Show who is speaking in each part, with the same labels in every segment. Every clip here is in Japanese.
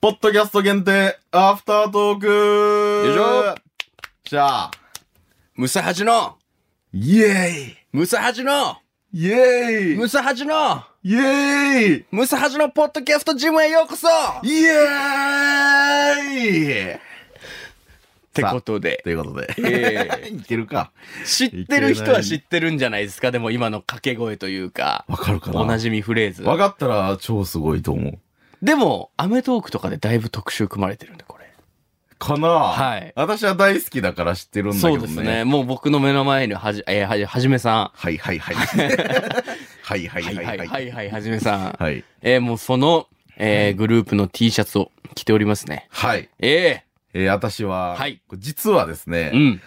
Speaker 1: ポッドキャスト限定、アフタートーク
Speaker 2: よいしょ
Speaker 1: じゃあ、
Speaker 2: ムサハジの、
Speaker 1: イエ
Speaker 2: ムサハジの、
Speaker 1: ーイイエーイ
Speaker 2: ムサハジの、
Speaker 1: イエーイ
Speaker 2: ムサハジのポッドキャストジムへようこそっ
Speaker 1: イエーイ
Speaker 2: てことで
Speaker 1: と、いうことで。
Speaker 2: え
Speaker 1: いけるか。
Speaker 2: 知ってる人は知ってるんじゃないですかでも今の掛け声というか、
Speaker 1: わかるかな
Speaker 2: おなじみフレーズ。
Speaker 1: わかったら超すごいと思う。
Speaker 2: でも、アメトークとかでだいぶ特集組まれてるんで、これ。
Speaker 1: かな
Speaker 2: はい
Speaker 1: 私は大好きだから知ってるんだけ
Speaker 2: そ
Speaker 1: ど
Speaker 2: う
Speaker 1: ね。
Speaker 2: ですね。。もう僕の目の前にはじ、えーはじ、はじめさ
Speaker 1: はいはい はい。はいは
Speaker 2: ん。
Speaker 1: いはいはい。
Speaker 2: はいはい、はじめさん。
Speaker 1: はい。
Speaker 2: えーもうその、えーグループの T シャツを着ておりますね。
Speaker 1: はい。
Speaker 2: え
Speaker 1: えー、私は、
Speaker 2: はい
Speaker 1: 実はですね
Speaker 2: え、うん。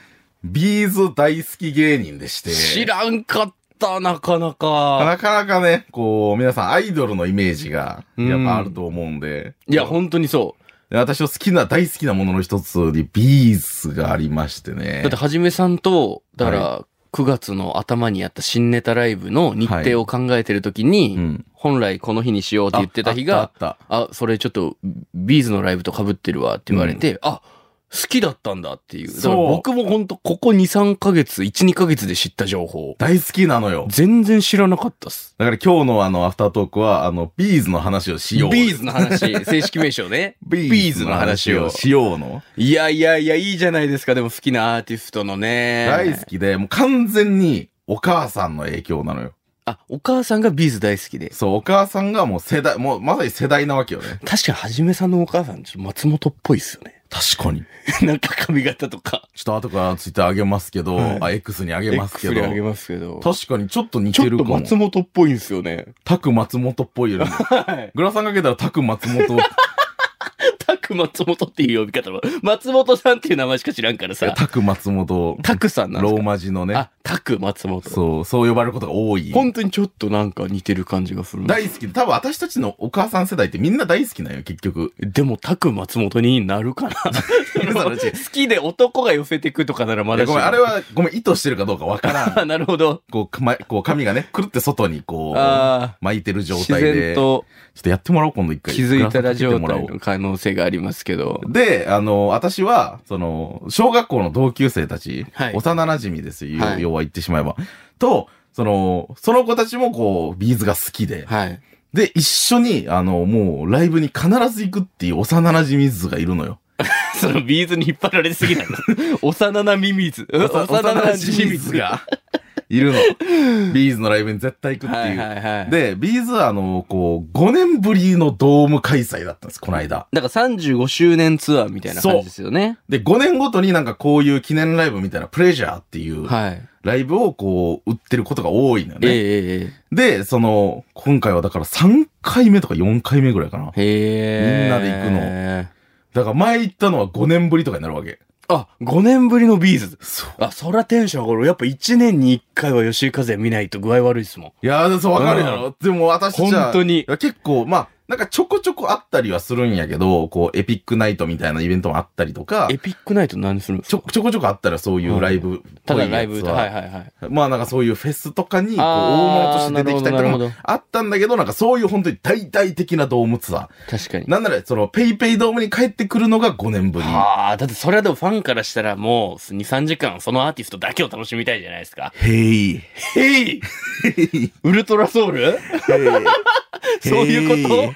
Speaker 1: ビーズ大好き芸人でして、
Speaker 2: 知らんかった、なかなか。
Speaker 1: なかなかね、こう、皆さんアイドルのイメージが、
Speaker 2: うん
Speaker 1: やっぱあると思うんで、
Speaker 2: いや、本当にそう。
Speaker 1: で私の好きな、大好きなものの一つにビーズがありましてね
Speaker 2: だって、。はじめさんと、だから、9月の頭にやった新ネタライブの日程を考えてるときに、
Speaker 1: うん
Speaker 2: 本来この日にしようって言ってた日が、
Speaker 1: あったあった
Speaker 2: あ、それちょっと、ビーズのライブと被ってるわって言われて、あ、好きだったんだっていう。だから
Speaker 1: そう
Speaker 2: 僕も本当ここ2、3ヶ月、1、2ヶ月で知った情報。
Speaker 1: 大好きなのよ。
Speaker 2: 全然知らなかったっす。
Speaker 1: だから今日のあの、アフタートークは、あの、ビーズの話をしよう。
Speaker 2: ビーズの 話、正式名称ね。
Speaker 1: ビーズの話をしようの。
Speaker 2: いやいやいや、いいじゃないですか。でも好きなアーティストのね。
Speaker 1: 大好きで、もう完全にお母さんの影響なのよ。
Speaker 2: あ、お母さんがビーズ大好きで。
Speaker 1: そう、お母さんがもう世代、もうまさに世代なわけよね。
Speaker 2: 確かにはじめさんのお母さん、ちょっと松本っぽいっすよね。
Speaker 1: 確かに。
Speaker 2: なんか髪型とか。
Speaker 1: ちょっと後からツイッターあげますけど、
Speaker 2: はい
Speaker 1: あ、X にあげますけ
Speaker 2: X
Speaker 1: ど
Speaker 2: で。あげますけど。
Speaker 1: 確かにちょっと似
Speaker 2: ち
Speaker 1: て
Speaker 2: ょっ
Speaker 1: るか
Speaker 2: と
Speaker 1: も。
Speaker 2: 松本っぽいんすよね。
Speaker 1: タク松本っぽいよね。
Speaker 2: はい。
Speaker 1: グラサンかけたらタク松本。
Speaker 2: タク松本っていう呼び方も、松本さんっていう名前しか知らんからさ、
Speaker 1: タク松本。
Speaker 2: タクさんなんで
Speaker 1: ロ
Speaker 2: す
Speaker 1: ーマ字の
Speaker 2: か、
Speaker 1: ね。
Speaker 2: あ、タク松本。
Speaker 1: そう、そう呼ばれることが多い。
Speaker 2: 本当にちょっとなんか似てる感じがする。
Speaker 1: 大好きで、多分私たちのお母さん世代ってみんな大好きなんよ、結局。
Speaker 2: でもタク松本になるかな好きで男が寄せてくとかならま
Speaker 1: いや
Speaker 2: だ
Speaker 1: ごめん、あれ
Speaker 2: は。
Speaker 1: は、ごめん、意図してるかどうかわから ん。
Speaker 2: あなるほど。
Speaker 1: こう、かま、こう、髪がね、くるって外にこう、
Speaker 2: ああ。
Speaker 1: 巻いてる状
Speaker 2: 自
Speaker 1: 態で。
Speaker 2: 然
Speaker 1: ちょ
Speaker 2: と
Speaker 1: っとやってもらおう、今度一回。
Speaker 2: 気づいたら状
Speaker 1: グラサンかけても
Speaker 2: 態
Speaker 1: ら
Speaker 2: の可能性がありますけど
Speaker 1: お。うで、あの、私は、その、小学校の同級生たち、
Speaker 2: はい
Speaker 1: 幼馴染ですよ、
Speaker 2: はい
Speaker 1: 要は言ってしまえば。と、その、その子たちもこう、ビーズが好きで、
Speaker 2: はい。
Speaker 1: で、一緒に、あの、もう、ライブに必ず行くっていう幼馴染図がいるのよ。
Speaker 2: そのビーズに引っ張られすぎない。 幼なミミズ。 幼なじみずが。。
Speaker 1: いるの。ビーズのライブに絶対行くって
Speaker 2: はいいは
Speaker 1: う。
Speaker 2: いはい。
Speaker 1: で、ビーズは、あの、こう、5年ぶりのドーム開催だったんです、この間。
Speaker 2: だから35周年ツアーみたいな感じですよね。
Speaker 1: で、5年ごとになんかこういう記念ライブみたいな、プレジャーっていう
Speaker 2: はい。
Speaker 1: ライブをこう、売ってることが多いのよ
Speaker 2: え
Speaker 1: ね。で、その、今回はだから3回目とか4回目ぐらいかな
Speaker 2: ええ。え。へえ。
Speaker 1: みんなでだから前行ったのは5年ぶりとかになるわけ。
Speaker 2: 行くの。あ、5年ぶりのビーズ。
Speaker 1: そう。
Speaker 2: あ、そらテンション上がる。やっぱ1年に1回は吉井和也見ないと具合悪いっすもん。
Speaker 1: いやー、そう、わかるやろ。でも私たちは
Speaker 2: 本当に
Speaker 1: いや結構、まあ、なんかちょこちょこあったりはするんやけど、こう、エピックナイトみたいなイベントもあったりとか
Speaker 2: エ、ピックナイト何するんです
Speaker 1: ちょ、
Speaker 2: か
Speaker 1: ちょこちょこあったらそういうライブっぽ
Speaker 2: た
Speaker 1: いや
Speaker 2: だ
Speaker 1: つは
Speaker 2: ライブと。はいはいはい。
Speaker 1: まあなんかそういうフェスとかに、こう、大物
Speaker 2: あ
Speaker 1: とし
Speaker 2: ー
Speaker 1: て出てきたりとか
Speaker 2: なるほど
Speaker 1: も
Speaker 2: なるほ
Speaker 1: あったんだけど、なんかそういう本当に大々的なドームツア
Speaker 2: 確かに
Speaker 1: ー。。なんなら、その、ペイペイドームに帰ってくるのが5年ぶり。
Speaker 2: はあ、だってそれはでもファンからしたらもう2、3時間そのアーティストだけを楽しみたいじゃないですか。
Speaker 1: へい。
Speaker 2: へいウルトラソウルそういうこ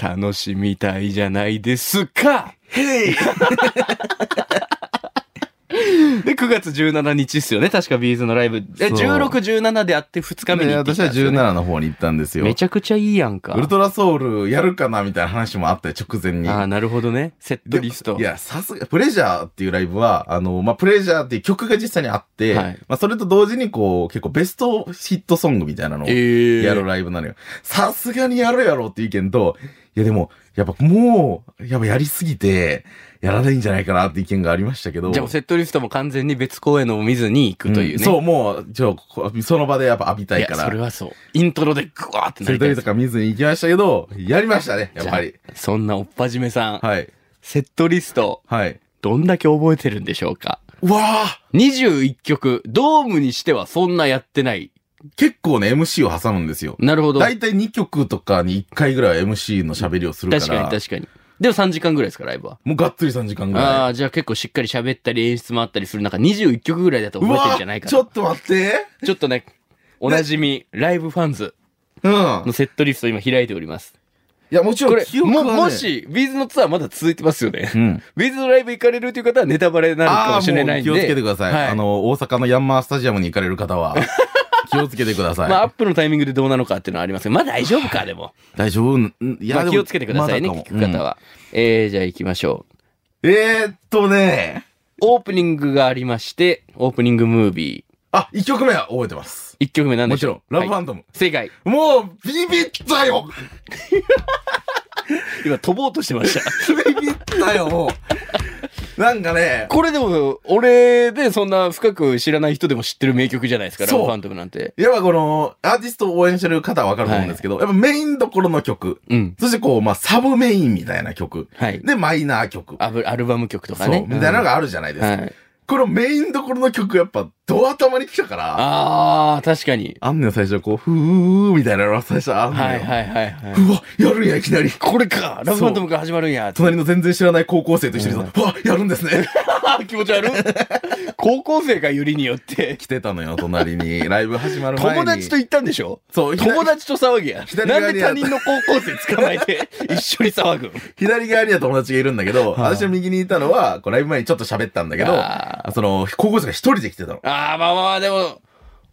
Speaker 2: と楽しみたいじゃないですか
Speaker 1: へい。
Speaker 2: で、9月17日っすよね。確かビーズのライブ。え、
Speaker 1: そう
Speaker 2: 16、17であって2日目に
Speaker 1: で
Speaker 2: 行ってき
Speaker 1: 私
Speaker 2: たん
Speaker 1: は
Speaker 2: ですよ、ね。
Speaker 1: 17の方に行ったんですよ。
Speaker 2: めちゃくちゃいいやんか。
Speaker 1: ウルトラソウルやるかなみたいな話もあったよ、直前に。
Speaker 2: ああ、なるほどね。セット
Speaker 1: で
Speaker 2: リスト。
Speaker 1: いや、さすが、プレジャーっていうライブは、あの、まあ、プレジャーっていう曲が実際にあって、
Speaker 2: はい
Speaker 1: まあ、それと同時にこう、結構ベストヒットソングみたいなのを
Speaker 2: えー、
Speaker 1: やるライブなのよ。さすがにやるやろっていう意見と、いやでも、やっぱもう、やっぱやりすぎて、やらないんじゃないかなって意見がありましたけど。
Speaker 2: じゃあもうセットリストも完全に別公演のを見ずに行くというね。
Speaker 1: んそう、もう、ちょ、こその場でやっぱ浴びたい
Speaker 2: や
Speaker 1: か
Speaker 2: それ
Speaker 1: ら。
Speaker 2: はそう。イントロでグワーってな
Speaker 1: セ
Speaker 2: り
Speaker 1: ト
Speaker 2: たい
Speaker 1: リ
Speaker 2: で
Speaker 1: と
Speaker 2: す。
Speaker 1: か見ずに行きましたけど、やりましたね、やっぱり。
Speaker 2: じゃあそんなおっぱじめさん、
Speaker 1: はい。
Speaker 2: セットリスト、
Speaker 1: はい。
Speaker 2: どんだけ覚えてるんでしょうか
Speaker 1: うわあ
Speaker 2: ?21 曲、ドームにしてはそんなやってない。
Speaker 1: 結構ね、MC を挟むんですよ。
Speaker 2: なるほど。確
Speaker 1: 大体2曲とかに1回ぐらいは MC の喋りをするから。
Speaker 2: かに確かに。でも3時間ぐらいですか、ライブは。
Speaker 1: もうがっつり3時間ぐ
Speaker 2: あ
Speaker 1: ら
Speaker 2: あ、じゃあ結構しっかり喋ったり演出もあったりする中、21曲ぐらいだと
Speaker 1: い。う
Speaker 2: 覚えて
Speaker 1: わ
Speaker 2: んじゃないかな。
Speaker 1: ちょっと待って。
Speaker 2: ちょっとね、おなじみ、ライブファンズ
Speaker 1: うん。
Speaker 2: のセットリストを今開いております。
Speaker 1: いや、もちろ
Speaker 2: こ
Speaker 1: ん
Speaker 2: れ、
Speaker 1: 記憶
Speaker 2: も、
Speaker 1: は、ね、
Speaker 2: も、し、ビーズのツアーまだ続いてますよね
Speaker 1: う。ん。
Speaker 2: ビーズのライブ行かれるという方はネタバレになるか
Speaker 1: あ
Speaker 2: も
Speaker 1: あ、
Speaker 2: しれないんで。
Speaker 1: もう気をつけてください,、
Speaker 2: はい
Speaker 1: あの、大阪のヤンマースタジアムに行かれる方は、気をつけてください。
Speaker 2: まあ、アップのタイミングでどうなのかっていうのはありますが、まあ大丈夫か、でも。
Speaker 1: 大丈夫んい
Speaker 2: ま
Speaker 1: で
Speaker 2: あ
Speaker 1: も
Speaker 2: 気をつけてくださいね、
Speaker 1: まかも
Speaker 2: 聞く方は。えー、じゃあ行きましょう。
Speaker 1: うんえー、っとね、
Speaker 2: オープニングがありまして、オープニングムービ
Speaker 1: あ、1曲目は覚えてます。
Speaker 2: ー。1曲目なん
Speaker 1: も
Speaker 2: で
Speaker 1: ち
Speaker 2: しょう
Speaker 1: ろん、ラブフ
Speaker 2: は
Speaker 1: ァ
Speaker 2: い
Speaker 1: ントム。
Speaker 2: 正解。
Speaker 1: もう、ビビったよ
Speaker 2: 今飛ぼうとしてました。
Speaker 1: ビビったよ、もう。なんかね、
Speaker 2: これでも、俺でそんな深く知らない人でも知ってる名曲じゃないですか、ラ
Speaker 1: そう
Speaker 2: ブファントムなんて。
Speaker 1: やっぱこの、アーティストを応援してる方はわかると思うんですけど、やっぱメインどころの曲。
Speaker 2: うん。
Speaker 1: そしてこう、まあ、サブメインみたいな曲。
Speaker 2: はい。
Speaker 1: で、マイナー曲。
Speaker 2: アブアルバム曲とか
Speaker 1: そう、
Speaker 2: ね。
Speaker 1: みたいなのがあるじゃないですか。
Speaker 2: うんはい。
Speaker 1: このメインどころの曲やっぱ、ド頭に来たから、
Speaker 2: ああ、確かに。
Speaker 1: あんねん最初こう、ふーみたいなのが最初あんねんよ。
Speaker 2: はいはいはいはい。
Speaker 1: うわ、やるんや、いきなり。
Speaker 2: これかラブファントムが始まるんや。
Speaker 1: 隣の全然知らない高校生と一緒にさ、うわ、やるんですね。
Speaker 2: 気持ち悪い。高校生がよりによって。
Speaker 1: 来てたのよ、隣に。ライブ始まる前に。
Speaker 2: 友達と行ったんでしょ
Speaker 1: そう、左
Speaker 2: 友達と騒ぎや。
Speaker 1: 左
Speaker 2: な
Speaker 1: 側
Speaker 2: んで
Speaker 1: に
Speaker 2: 他人の高校生捕まえて一緒に騒ぐん
Speaker 1: 左側には友達がいるんだけど、
Speaker 2: はあ
Speaker 1: 私の右にいたのは、こうライブ前にちょっと喋ったんだけど、
Speaker 2: あ
Speaker 1: その、高校生が一人で来てたの。
Speaker 2: ああ、まあまあまあ、でも、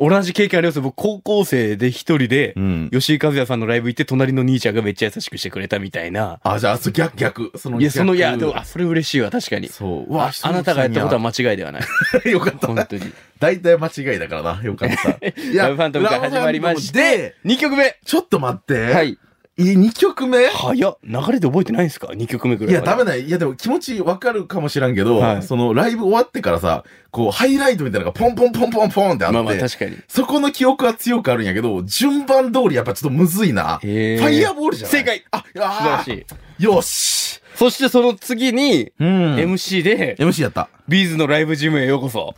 Speaker 2: 同じ経験ありますよ。僕、高校生で一人で、
Speaker 1: うん。
Speaker 2: 吉井和也さんのライブ行って、隣の兄ちゃんがめっちゃ優しくしてくれたみたいな。
Speaker 1: あ、じゃあ、そう逆、逆。その
Speaker 2: いや、その、いや、でも、
Speaker 1: あ、
Speaker 2: あ、それ嬉しいわ、確かに。
Speaker 1: そう。う
Speaker 2: あ
Speaker 1: わ、
Speaker 2: あなたがやったことは
Speaker 1: は
Speaker 2: 間違いではない。
Speaker 1: よかった
Speaker 2: 本
Speaker 1: な。
Speaker 2: 当に。
Speaker 1: 大体間違いだからな。よか った。い
Speaker 2: ラブファントムから始まりまし、て、2曲目
Speaker 1: ちょっと待って。。
Speaker 2: はいい。
Speaker 1: 2曲目い
Speaker 2: 早っ。流れで覚えてないんですか ?2 曲目ぐらい
Speaker 1: や、
Speaker 2: はね。
Speaker 1: ダメだ。いや、でも気持ちわかるかもしらんけど、
Speaker 2: はい
Speaker 1: その、ライブ終わってからさ、こう、ハイライトみたいなのがポンポンポンポンポンってあって、
Speaker 2: まあまあ、確かに。
Speaker 1: そこの記憶は強くあるんやけど、順番通りやっぱちょっとむずいな。
Speaker 2: へー
Speaker 1: ファイヤーボールじゃない
Speaker 2: 正解
Speaker 1: あ、
Speaker 2: 素晴ら
Speaker 1: あ
Speaker 2: しい。
Speaker 1: ーよし
Speaker 2: そしてその次に、
Speaker 1: うん。
Speaker 2: MC で、
Speaker 1: MC やった。
Speaker 2: ビーズのライブジムへようこそ。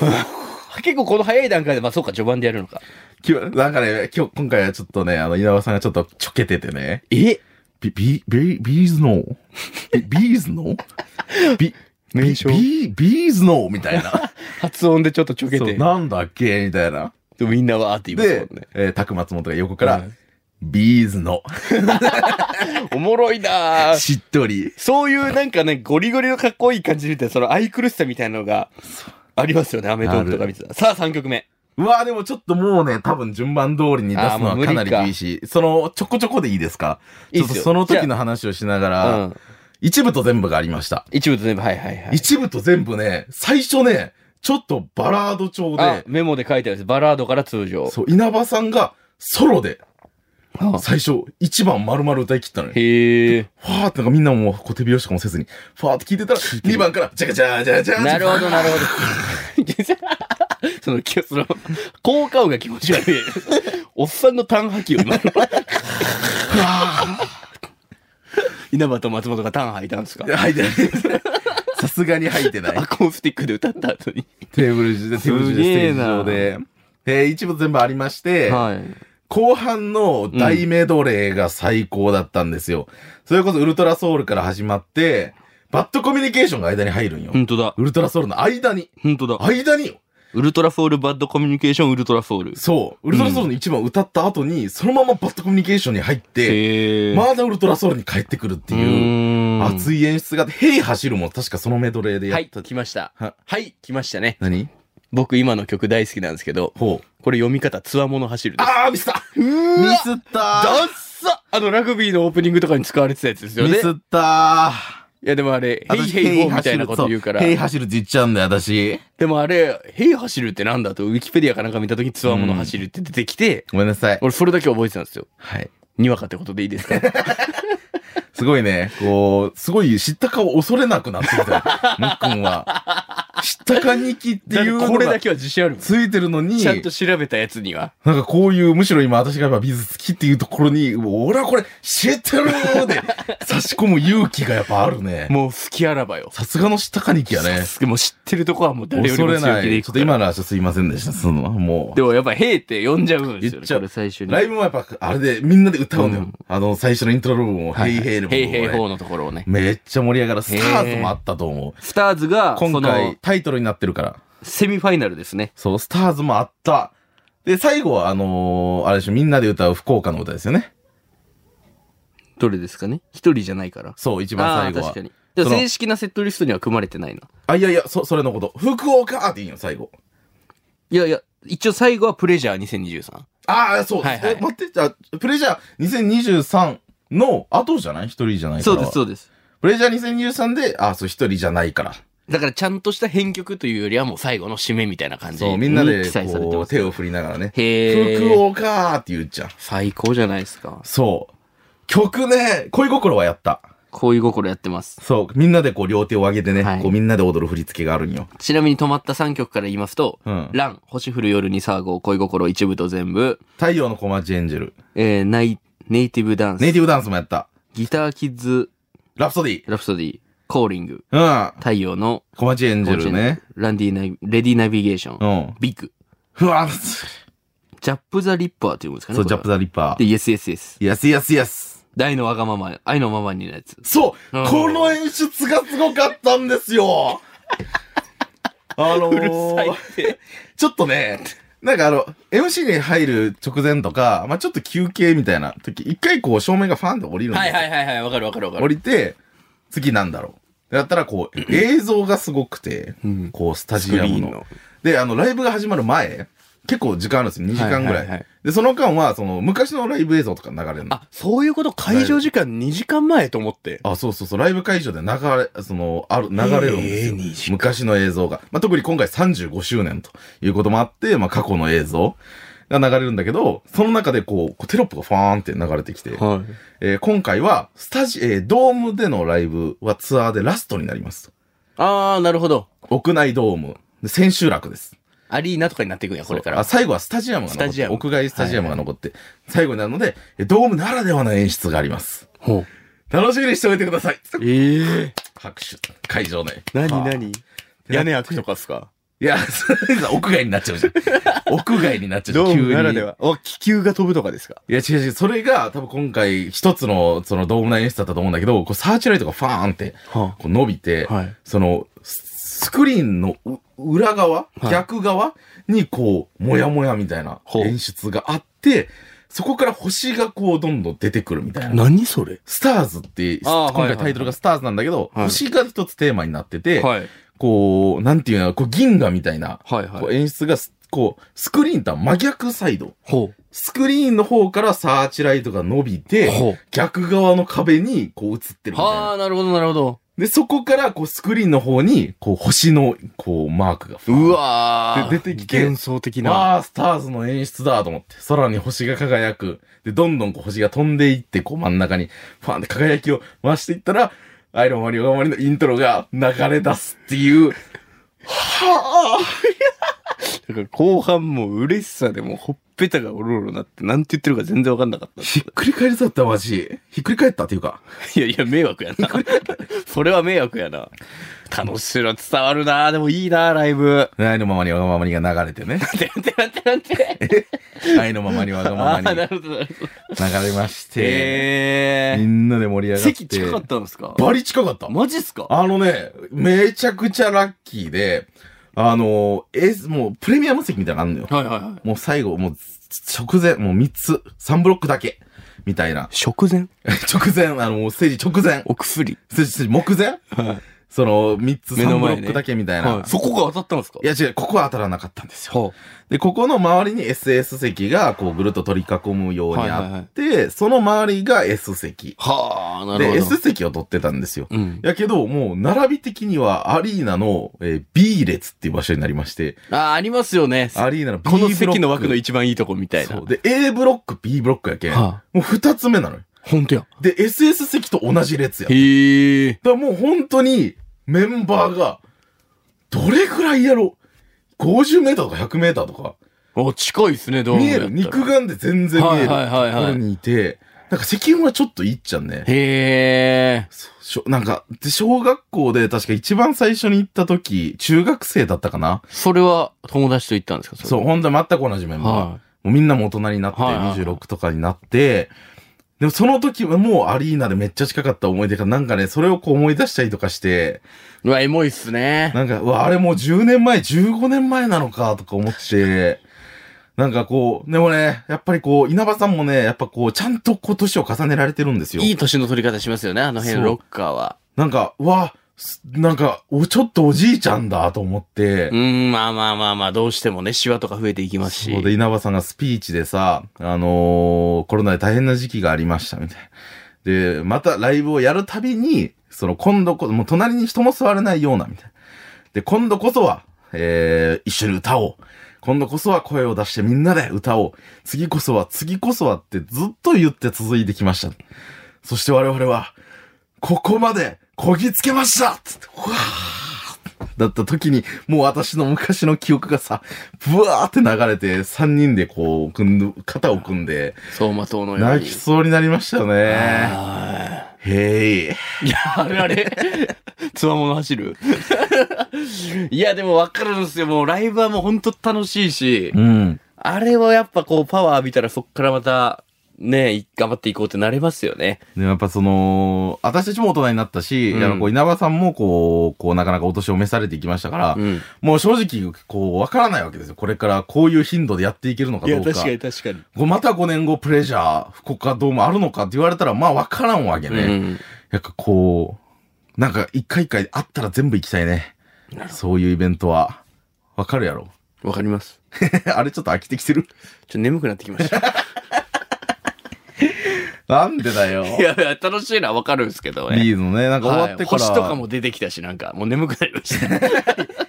Speaker 2: 結構この早い段階で、まあそうか、序盤でやるのか。
Speaker 1: きゅなんかね、今日、今回はちょっとね、あの、稲葉さんがちょっとちょけててね。
Speaker 2: え
Speaker 1: ビ、ビ、ビ、ビーズのビビーズ のビ、
Speaker 2: 名称
Speaker 1: ビ、ビーズのみたいな。
Speaker 2: 発音でちょっとちょけ
Speaker 1: そう
Speaker 2: て。
Speaker 1: なんだっけみたいな。
Speaker 2: でもみんなわーって言います
Speaker 1: で
Speaker 2: もんね、。
Speaker 1: えー、タク松本が横から、
Speaker 2: うん
Speaker 1: ビーズの、
Speaker 2: おもろいなー
Speaker 1: しっとり。
Speaker 2: そういうなんかね、ゴリゴリのかっこいい感じで言ったら、その愛くるしさみたいなのが、ありますよね、アメトークとか見てたら。さあ、3曲目。
Speaker 1: うわあでもちょっともうね、多分順番通りに出す
Speaker 2: あー
Speaker 1: の
Speaker 2: もう
Speaker 1: は
Speaker 2: 無理
Speaker 1: か
Speaker 2: か
Speaker 1: なり厳しい。その、ちょこちょこでいいですか
Speaker 2: いいっすよ
Speaker 1: ちょっとその時の話をしなが
Speaker 2: う
Speaker 1: ら、
Speaker 2: ん。
Speaker 1: 一部と全部がありました。
Speaker 2: 一部と全部、はいはいはい。
Speaker 1: 一部と全部ね、最初ね、ちょっとバラード調
Speaker 2: あ
Speaker 1: で、
Speaker 2: メモで書いてあるんです。バラードから通常。
Speaker 1: そう、稲葉さんがソロで、
Speaker 2: あ
Speaker 1: 最初、一番丸々歌い切ったのよ。
Speaker 2: へえ。
Speaker 1: ファーってなんかみんなもう小手拍子とかもせずに、ファーって聞いてたら、2番から、じゃかじゃじゃじゃ
Speaker 2: なるほど、なるほど。 その、きその、効果音が気持ち悪い。 おっさんの単波機を今の。 稲葉と松本が単波いたんですか
Speaker 1: いや吐いてない。 さすがに吐いてない。
Speaker 2: アコースティックで歌った後に。
Speaker 1: テーブル上で、テーブル上で、ステージ上で。えー一部全部ありまして、
Speaker 2: はい。
Speaker 1: 後半の大メドレーが最高だったんですよ。それこそウルトラソウルから始まって、バッドコミュニケーションが間に入るんよ。
Speaker 2: 本当だ。
Speaker 1: ウルトラソウルの間に。
Speaker 2: 本当だ。
Speaker 1: 間によ
Speaker 2: ウルトラフォールバッドコミュニケーションウルトラフォール。
Speaker 1: そう。ウルトラソウルの一番歌った後に、そのままバッドコミュニケーションに入って、
Speaker 2: へえ。
Speaker 1: まだウルトラソウルに帰ってくるっていう、
Speaker 2: う
Speaker 1: 熱い演出があって、ヘイ走るも確かそのメドレーでや
Speaker 2: は
Speaker 1: っ
Speaker 2: い、
Speaker 1: た。
Speaker 2: 来ました。
Speaker 1: は
Speaker 2: はい、来ましたね。
Speaker 1: 何
Speaker 2: 僕今の曲大好きなんですけど、
Speaker 1: ほう。
Speaker 2: これ読み方、つわもの走るです。
Speaker 1: あー、ミスった
Speaker 2: うー
Speaker 1: ミスった
Speaker 2: ダッサあの、ラグビーのオープニングとかに使われてたやつですよ
Speaker 1: ミ
Speaker 2: ね。
Speaker 1: スったー。
Speaker 2: いや、でもあれ、ヘイ
Speaker 1: 私
Speaker 2: ヘイホーみたいなこと言うから
Speaker 1: ヘ。イ走るって言っちゃうんだよ、私。
Speaker 2: でもあれ、ヘイ走るってなんだと、ウィキペディアかなんか見た時にツアーもの走るって出てきて、
Speaker 1: ごめんなさい。
Speaker 2: 俺それだけ覚えてたんですよ。
Speaker 1: はい。
Speaker 2: にわかってことでいいですか
Speaker 1: すごいね、こう、すごい知った顔恐れなくなってきたよ。むっくんは。知ったかにきって
Speaker 2: だっ
Speaker 1: い
Speaker 2: て
Speaker 1: うの
Speaker 2: これだ
Speaker 1: が
Speaker 2: けは自信あるもん
Speaker 1: ついてるのに、
Speaker 2: ちゃん
Speaker 1: な
Speaker 2: と調べたやつには。
Speaker 1: んかこういう、むしろ今私がやっぱ美術好きっていうところに、うわ俺はこれ知ってるーで差し込む勇気がやっぱあるね。
Speaker 2: もう好きあらばよ。
Speaker 1: さすがの知ったかにきやね
Speaker 2: さ。すがもう知ってるとこはもう誰より
Speaker 1: 恐
Speaker 2: も
Speaker 1: れ
Speaker 2: 強
Speaker 1: な
Speaker 2: 気で
Speaker 1: い。
Speaker 2: い
Speaker 1: ちょ
Speaker 2: く
Speaker 1: っと
Speaker 2: から。
Speaker 1: 今の話はすいませんでした。その、もう。
Speaker 2: でもやっぱ、へーって呼んじゃうんです
Speaker 1: 言
Speaker 2: よ
Speaker 1: っ
Speaker 2: ね。
Speaker 1: ちゃう
Speaker 2: これ最初に。
Speaker 1: ライブもやっぱ、あれでみんなで歌うのよ。
Speaker 2: うん
Speaker 1: あの、最初のイントロ部分を、
Speaker 2: はい
Speaker 1: ヘイヘイの部分をね、
Speaker 2: ヘイヘイホーのところをね。
Speaker 1: めっちゃ盛り上がる。スターズもあったと思う。
Speaker 2: スターズが、そ
Speaker 1: 今
Speaker 2: の
Speaker 1: 回、、タイトルになってるから。
Speaker 2: セミファイナルですね。
Speaker 1: そう、スターズもあった。で、最後は、あのーあれでしょ、みんなで歌う福岡の歌ですよね。
Speaker 2: どれですかね一人じゃないから。
Speaker 1: そう、一番
Speaker 2: ああ
Speaker 1: 最
Speaker 2: ー、
Speaker 1: 後は
Speaker 2: 確か。に。でも
Speaker 1: その
Speaker 2: 正式なセットリストには組まれてないな。
Speaker 1: あ、いやいや、そ、それのこと。福岡っていいよ、最後。
Speaker 2: いやいや、一応最後はプレジャー2023。
Speaker 1: ああ、そう、
Speaker 2: はいはい
Speaker 1: え待って、じゃあ、プレジャー2023の後じゃない一人じゃないか
Speaker 2: そ
Speaker 1: ら。
Speaker 2: うです、そうです。
Speaker 1: プレジャー2023で、あ、そう、一人じゃないから。
Speaker 2: だからちゃんとした編曲というよりはもう最後の締めみたいな感じ
Speaker 1: そう、みんなで
Speaker 2: 記載されて
Speaker 1: こ
Speaker 2: ま
Speaker 1: う、
Speaker 2: す。
Speaker 1: 手を振りながらね。
Speaker 2: へ
Speaker 1: 福
Speaker 2: え。
Speaker 1: 岡って言っちゃう。
Speaker 2: 最高じゃないですか。
Speaker 1: そう。曲ね、恋心はやった。
Speaker 2: 恋心やってます。
Speaker 1: そう、みんなでこう両手を上げてね、
Speaker 2: はい
Speaker 1: こうみんなで踊る振り付けがあるんよ。
Speaker 2: ちなみに止まった3曲から言いますと、
Speaker 1: うん
Speaker 2: ラン、星降る夜に騒ごう、恋心一部と全部、
Speaker 1: 太陽の小町エンジェル。
Speaker 2: えー、ナイ、ネイティブダンス、
Speaker 1: ネイティブダンスもやった。
Speaker 2: ギターキッズ、
Speaker 1: ラプソディ。
Speaker 2: ラプソディ、コーリング、
Speaker 1: うん。
Speaker 2: 太陽の、
Speaker 1: 小町エンジェルね。
Speaker 2: ランディナビ、レディナビゲーション、
Speaker 1: うん。
Speaker 2: ビッグ、
Speaker 1: ふわっ
Speaker 2: ジャップザリッパーっていうんですかね。
Speaker 1: そう、ジャップ
Speaker 2: ザ
Speaker 1: ザリッパ
Speaker 2: で、
Speaker 1: ー。
Speaker 2: イエスイエスイエス。
Speaker 1: イエスイエスイエス。
Speaker 2: 大のわがまま、愛のままにのやつ。
Speaker 1: そう、
Speaker 2: うん
Speaker 1: この演出がすごかったんですよあのー、
Speaker 2: て。
Speaker 1: ちょっとね、なんかあの、MC に入る直前とか、まあちょっと休憩みたいな時、一回こう照明がファンで降りるんですよ。
Speaker 2: はいはいはいはい、わかるわかるわか
Speaker 1: 降
Speaker 2: る。
Speaker 1: りて、次なんだろう。だったらこう、映像がすごくて、
Speaker 2: うん
Speaker 1: こう、スタジアムの。で、あの、ライブが始まる前、結構時間あるんですよ。2時間ぐらい。
Speaker 2: はいはいはい
Speaker 1: で、その間は、その、昔のライブ映像とか流れるの。
Speaker 2: あ、そういうこと、会場時間2時間前と思って。
Speaker 1: あ、そうそうそう、ライブ会場で流れ、その、ある、流れるんですよ。
Speaker 2: えー2時間
Speaker 1: 昔の映像が。まあ、特に今回35周年ということもあって、まあ、過去の映像が流れるんだけど、その中でこう、こうテロップがファーンって流れてきて、
Speaker 2: は
Speaker 1: えー今回は、スタジ、えードームでのライブはツアーでラストになります。
Speaker 2: い。あー、なるほど。
Speaker 1: 屋内ドーム、で千秋楽です。
Speaker 2: アリーナとかになっていくんや、これか
Speaker 1: あ
Speaker 2: ら。
Speaker 1: 最後はスタジアムが
Speaker 2: ス
Speaker 1: 残
Speaker 2: タ
Speaker 1: っ
Speaker 2: ジ
Speaker 1: て、
Speaker 2: アム
Speaker 1: 屋外スタジアムが残って、最後になるので、えドームならではの演出があります。
Speaker 2: ほう。
Speaker 1: 楽しみにしておいてください。
Speaker 2: ええ。
Speaker 1: 拍手。会場内。
Speaker 2: 何
Speaker 1: はあ
Speaker 2: 何屋根開くとかっすか
Speaker 1: いや、 それ屋外になっちゃうじゃん。屋外になっちゃうじゃん。
Speaker 2: ドーム
Speaker 1: 急に
Speaker 2: ならで。は。お、気球が飛ぶとかですか
Speaker 1: いや、違う違う。それが、多分今回、一つの、その、ドーム内演出だったと思うんだけど、こう、サーチライトがファーンって、
Speaker 2: は
Speaker 1: こう、伸びて、
Speaker 2: はい。
Speaker 1: その、ススクリーンのう裏側、
Speaker 2: い
Speaker 1: 逆側にこう、もやもやみたいな
Speaker 2: ほう
Speaker 1: 演出があって、そこから星がこう、どんどん出てくるみたいな。
Speaker 2: 何それ
Speaker 1: スターズって、
Speaker 2: あ
Speaker 1: 今
Speaker 2: ーはいはいは
Speaker 1: 回
Speaker 2: い
Speaker 1: タイトルがスターズなんだけど、
Speaker 2: はい
Speaker 1: 星が一つテーマになってて、
Speaker 2: はい。
Speaker 1: こう、なんていうの、こう銀河みたいな、
Speaker 2: はい
Speaker 1: こ
Speaker 2: は
Speaker 1: う
Speaker 2: い。
Speaker 1: 演出がす、こう、スクリーンとは真逆サイド。
Speaker 2: ほ
Speaker 1: スクリーンの方からサーチライトが伸び
Speaker 2: う。
Speaker 1: て、
Speaker 2: ほ
Speaker 1: 逆側の壁にこう映ってるみた
Speaker 2: う。
Speaker 1: いな
Speaker 2: は。あ、なるほどなるほど。
Speaker 1: で、そこから、こう、スクリーンの方に、こう、星の、こう、マークが。
Speaker 2: うわー。
Speaker 1: で出てきて
Speaker 2: 幻想的な。
Speaker 1: わあ、スターズの演出だと思って、空に星が輝く。で、どんどんこう星が飛んでいって、こう、真ん中に、ファンって輝きを増していったら、アイロンマリオガマリのイントロが流れ出すっていう。はあ
Speaker 2: だから後半もう嬉しさでもうほっぺたがおろおろなって、なんて言ってるか全然わかんなかっ た。
Speaker 1: ひっくり返りそうだった、マジ。ひっくり返ったっていうか。
Speaker 2: いやいや、迷惑やな。 それは迷惑やな。楽しそうな伝わるな。でもいいな、ライ ブ。
Speaker 1: 愛のままにわがままにが流れてね。
Speaker 2: なんてなんてなんて。
Speaker 1: 愛のままにわが
Speaker 2: あ
Speaker 1: まま
Speaker 2: あ、な
Speaker 1: に流
Speaker 2: るほど、なるほど。
Speaker 1: れまして、み
Speaker 2: え
Speaker 1: んなで盛り
Speaker 2: ー。
Speaker 1: 上がって。
Speaker 2: 席近かったんですか
Speaker 1: バリ近かった。
Speaker 2: マジっすか
Speaker 1: あのね、めちゃくちゃラッキーで、あの、え、もうプレミアム席みたいなのあんのよ。
Speaker 2: はいはいはい。。
Speaker 1: もう最後、もう直前、もう3つ、3ブロックだけ、みたいな
Speaker 2: 食前
Speaker 1: 直前、あの、もうステージ直前、
Speaker 2: お薬。
Speaker 1: ステージステージ目前
Speaker 2: は
Speaker 1: その3つ、
Speaker 2: 目
Speaker 1: 3
Speaker 2: の
Speaker 1: ブ
Speaker 2: 前
Speaker 1: ロ
Speaker 2: ね
Speaker 1: ックだけみたいな。
Speaker 2: い。そこが当たったんですか
Speaker 1: いや違う、ここは当たらなかったんですよ。
Speaker 2: は
Speaker 1: で、ここの周りに SS 席が、こう、ぐるっと取り囲むようにあって、その周りが S 席。
Speaker 2: あ、はあ、な
Speaker 1: で、
Speaker 2: るほ
Speaker 1: S
Speaker 2: ど。
Speaker 1: 席を取ってたんですよ。
Speaker 2: うん。
Speaker 1: やけど、もう、並び的には、アリーナの、えー B 列っていう場所になりまして、
Speaker 2: ああ、ありますよね。
Speaker 1: アリーナの B ブ
Speaker 2: こ
Speaker 1: ロック。
Speaker 2: の席の枠の一番いいとこみたいな。
Speaker 1: そう。で、A ブロック、B ブロックやけん。も
Speaker 2: はあ、
Speaker 1: う二つ目なのよ。
Speaker 2: ほんとや。
Speaker 1: で、SS 席と同じ列や。だか
Speaker 2: へえ。
Speaker 1: らもう本当に、メンバーが、どれくらいやろ ?50 メーターとか100メーターとか。
Speaker 2: お、近いですね、ドーム
Speaker 1: 見
Speaker 2: や
Speaker 1: え
Speaker 2: ったら。
Speaker 1: る。肉眼で全然見
Speaker 2: は
Speaker 1: え
Speaker 2: い
Speaker 1: る。
Speaker 2: はいはい
Speaker 1: とこ
Speaker 2: は
Speaker 1: ろ
Speaker 2: い。
Speaker 1: にいて、なんか石油はちょっといいっちゃうね。
Speaker 2: へえ。
Speaker 1: そうしょなんか、で、小学校で確か一番最初に行った時、中学生だったかな
Speaker 2: それは友達と行ったんですかそ
Speaker 1: そう、ほんと全く同じメン
Speaker 2: う
Speaker 1: バー。
Speaker 2: は
Speaker 1: もうみんなも大人になって、
Speaker 2: はいはい
Speaker 1: 26とかになって、でもその時はもうアリーナでめっちゃ近かった思い出が、なんかね、それをこう思い出したりとかして、
Speaker 2: い。うわ、エモいっすね。
Speaker 1: なんか、うわ、あれもう10年前、15年前なのか、とか思って、なんかこう、でもね、やっぱりこう、稲葉さんもね、やっぱこう、ちゃんとこう、年を重ねられてるんですよ。
Speaker 2: いい年の取り方しますよね、あの辺の
Speaker 1: そ
Speaker 2: ロ
Speaker 1: う
Speaker 2: ッカーは。
Speaker 1: なんか、うわ、すなんか、お、ちょっとおじいちゃんだと思って
Speaker 2: う、ん、まあまあまあまあ、どうしてもね、シワとか増えていきますし。
Speaker 1: そうで、稲葉さんがスピーチでさ、あのーコロナで大変な時期がありました、みたいな。で、またライブをやるたびに、その、今度こ、もう隣に人も座れないような、みたいな。で、今度こそは、えー、一緒に歌おう。今度こそは声を出してみんなで歌おう。次こそは、次こそはってずっと言って続いてきました。そして我々は、ここまでこぎつけましたつって、うわーだった時に、もう私の昔の記憶がさ、ブワーって流れて、三人でこう、組んで肩を組んで、
Speaker 2: 相馬灯のよう
Speaker 1: 泣
Speaker 2: に
Speaker 1: き。そうになりましたよね。
Speaker 2: あ
Speaker 1: へい。
Speaker 2: ーいや、あれあれ。つわもの走る。 いや、でもわかるんですよ。もうライブはもうほんと楽しいし、
Speaker 1: うん。
Speaker 2: あれはやっぱこうパワー浴びたらそっからまた、ねい頑張っていこうってなれますよね。
Speaker 1: でもやっぱその、私たちも大人になったし、
Speaker 2: うん
Speaker 1: やっぱこう稲葉さんもこう、こうなかなかお年を召されていきましたから、
Speaker 2: うん。
Speaker 1: もう正直、こう、わからないわけですよ。これからこういう頻度でやっていけるのかどうか。
Speaker 2: 確かに。
Speaker 1: こうまた5年後プレジャー、福岡ドームあるのかって言われたら、まあ分からんわけね。
Speaker 2: うん。
Speaker 1: やっぱこう、なんか一回一回あったら全部行きたいね。そういうイベントは。わかるやろ
Speaker 2: わかります。
Speaker 1: あれちょっと飽きてき てる
Speaker 2: ちょっと眠くなってきました。
Speaker 1: なんで だよ。
Speaker 2: いやいや、楽しいのはわかるんですけどね。
Speaker 1: リーズのね、なんか終わってから、
Speaker 2: はい星とかも出てきたし、なんか、もう眠くなりました。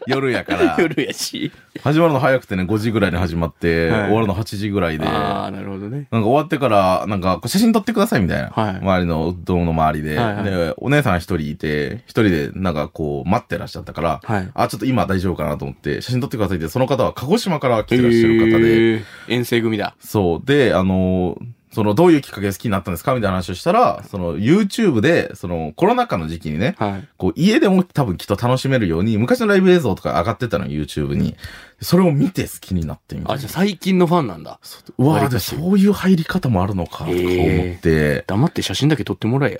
Speaker 1: 夜やから、
Speaker 2: 夜やし。
Speaker 1: 始まるの早くてね、5時ぐらいに始まって、
Speaker 2: はい
Speaker 1: 終わるの8時ぐらいで、
Speaker 2: ああ、なるほどね。
Speaker 1: なんか終わってから、なんか、こう写真撮ってくださいみたいな。
Speaker 2: はい
Speaker 1: 周りの、ドームの周りで。
Speaker 2: はいはい
Speaker 1: で、お姉さん一人いて、一人で、なんかこう、待ってらっしゃったから、
Speaker 2: はい
Speaker 1: あ、ちょっと今大丈夫かなと思って、写真撮ってくださいって、その方は鹿児島から来てらっしゃる方で、
Speaker 2: へー。遠征組だ。
Speaker 1: そう。で、あのーその、どういうきっかけで好きになったんですかみたいな話をしたら、その、YouTube で、その、コロナ禍の時期にね、
Speaker 2: はい。
Speaker 1: こう、家でも多分きっと楽しめるように、昔のライブ映像とか上がってたの、YouTube に。それを見て好きになってみたい
Speaker 2: あ、
Speaker 1: な
Speaker 2: じゃあ最近のファンなんだ。
Speaker 1: うわ
Speaker 2: わ
Speaker 1: ー
Speaker 2: り
Speaker 1: でも
Speaker 2: かし
Speaker 1: そういう入り方もあるのか、とか思って。
Speaker 2: 黙って写真だけ撮ってもらえや。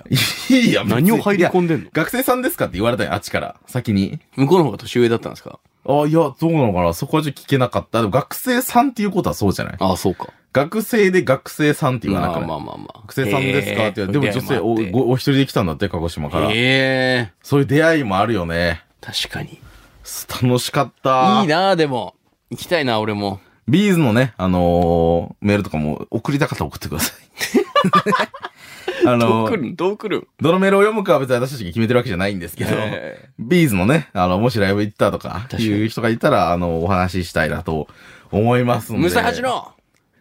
Speaker 1: いいや、別に
Speaker 2: 何を入り
Speaker 1: いや
Speaker 2: 込んでんの
Speaker 1: 学生さんですかって言われたよ、あっちから。先に。
Speaker 2: 向こうの方が年上だったんですか
Speaker 1: あ、いや、どうなのかなそこはちょっと聞けなかった。でも学生さんっていうことはそうじゃない
Speaker 2: ああ、そうか。
Speaker 1: 学生で学生さんって言わ
Speaker 2: ま
Speaker 1: な
Speaker 2: あ
Speaker 1: くない
Speaker 2: まあまあまあ。
Speaker 1: 学生さんですかって言われて、でも女性お、
Speaker 2: か
Speaker 1: ごお一人で来たんだって、鹿児島から。
Speaker 2: ええ。
Speaker 1: そういう出会いもあるよね。
Speaker 2: 確かに。
Speaker 1: す楽しかった。
Speaker 2: いいなあでも。行きたいな、俺も。
Speaker 1: ビーズのね、あのーメールとかも送りたかったら送ってくださ い。あ
Speaker 2: ど
Speaker 1: の
Speaker 2: う来
Speaker 1: ー
Speaker 2: るんどう来るん
Speaker 1: どのメールを読むかは別に私たちが決めてるわけじゃないんですけど、
Speaker 2: え
Speaker 1: ビーズのね、あの、もしライブ行ったとか、
Speaker 2: かに
Speaker 1: いう人がいたら、あの、お話ししたいなと思いますん
Speaker 2: え
Speaker 1: で。
Speaker 2: ムサハジの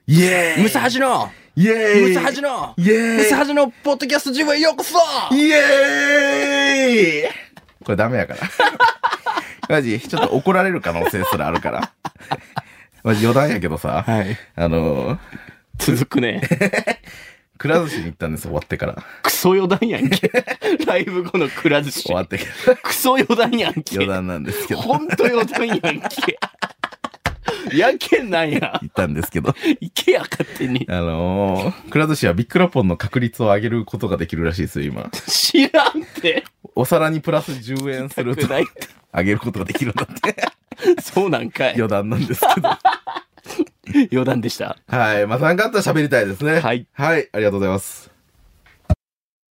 Speaker 1: イエーイ
Speaker 2: ムサハジの
Speaker 1: イエーイ
Speaker 2: ムサハジの
Speaker 1: イエーイ
Speaker 2: ムサハジのポッドキャストジムへようこそ
Speaker 1: イエーイこれダメや から。マジ、ちょっと怒られる可能性すらあるから。マジ余談やけどさ、
Speaker 2: い。
Speaker 1: あの、
Speaker 2: 続くね。
Speaker 1: くら寿司に行ったんです、終わってから。
Speaker 2: クソ余談や んけ。ライブ後のくら寿司
Speaker 1: 終。わって から。
Speaker 2: クソ余談やんけ。
Speaker 1: 余談なんですけど、行
Speaker 2: ほんと余談やんけ。やけんなんや。
Speaker 1: ったんですけど。
Speaker 2: いけや、勝手に。
Speaker 1: あのー、くら寿司はビックラポンの確率を上げることができるらしいですよ、今。
Speaker 2: 知らんて。
Speaker 1: お皿にプラス10円すると
Speaker 2: ないっ
Speaker 1: 上げることができるんだって。
Speaker 2: てそうなんかい。
Speaker 1: 余談なんですけど。
Speaker 2: 余談でした。
Speaker 1: はい。まあ、参加あったら喋りたいですね。
Speaker 2: はい。
Speaker 1: はい。ありがとうございます。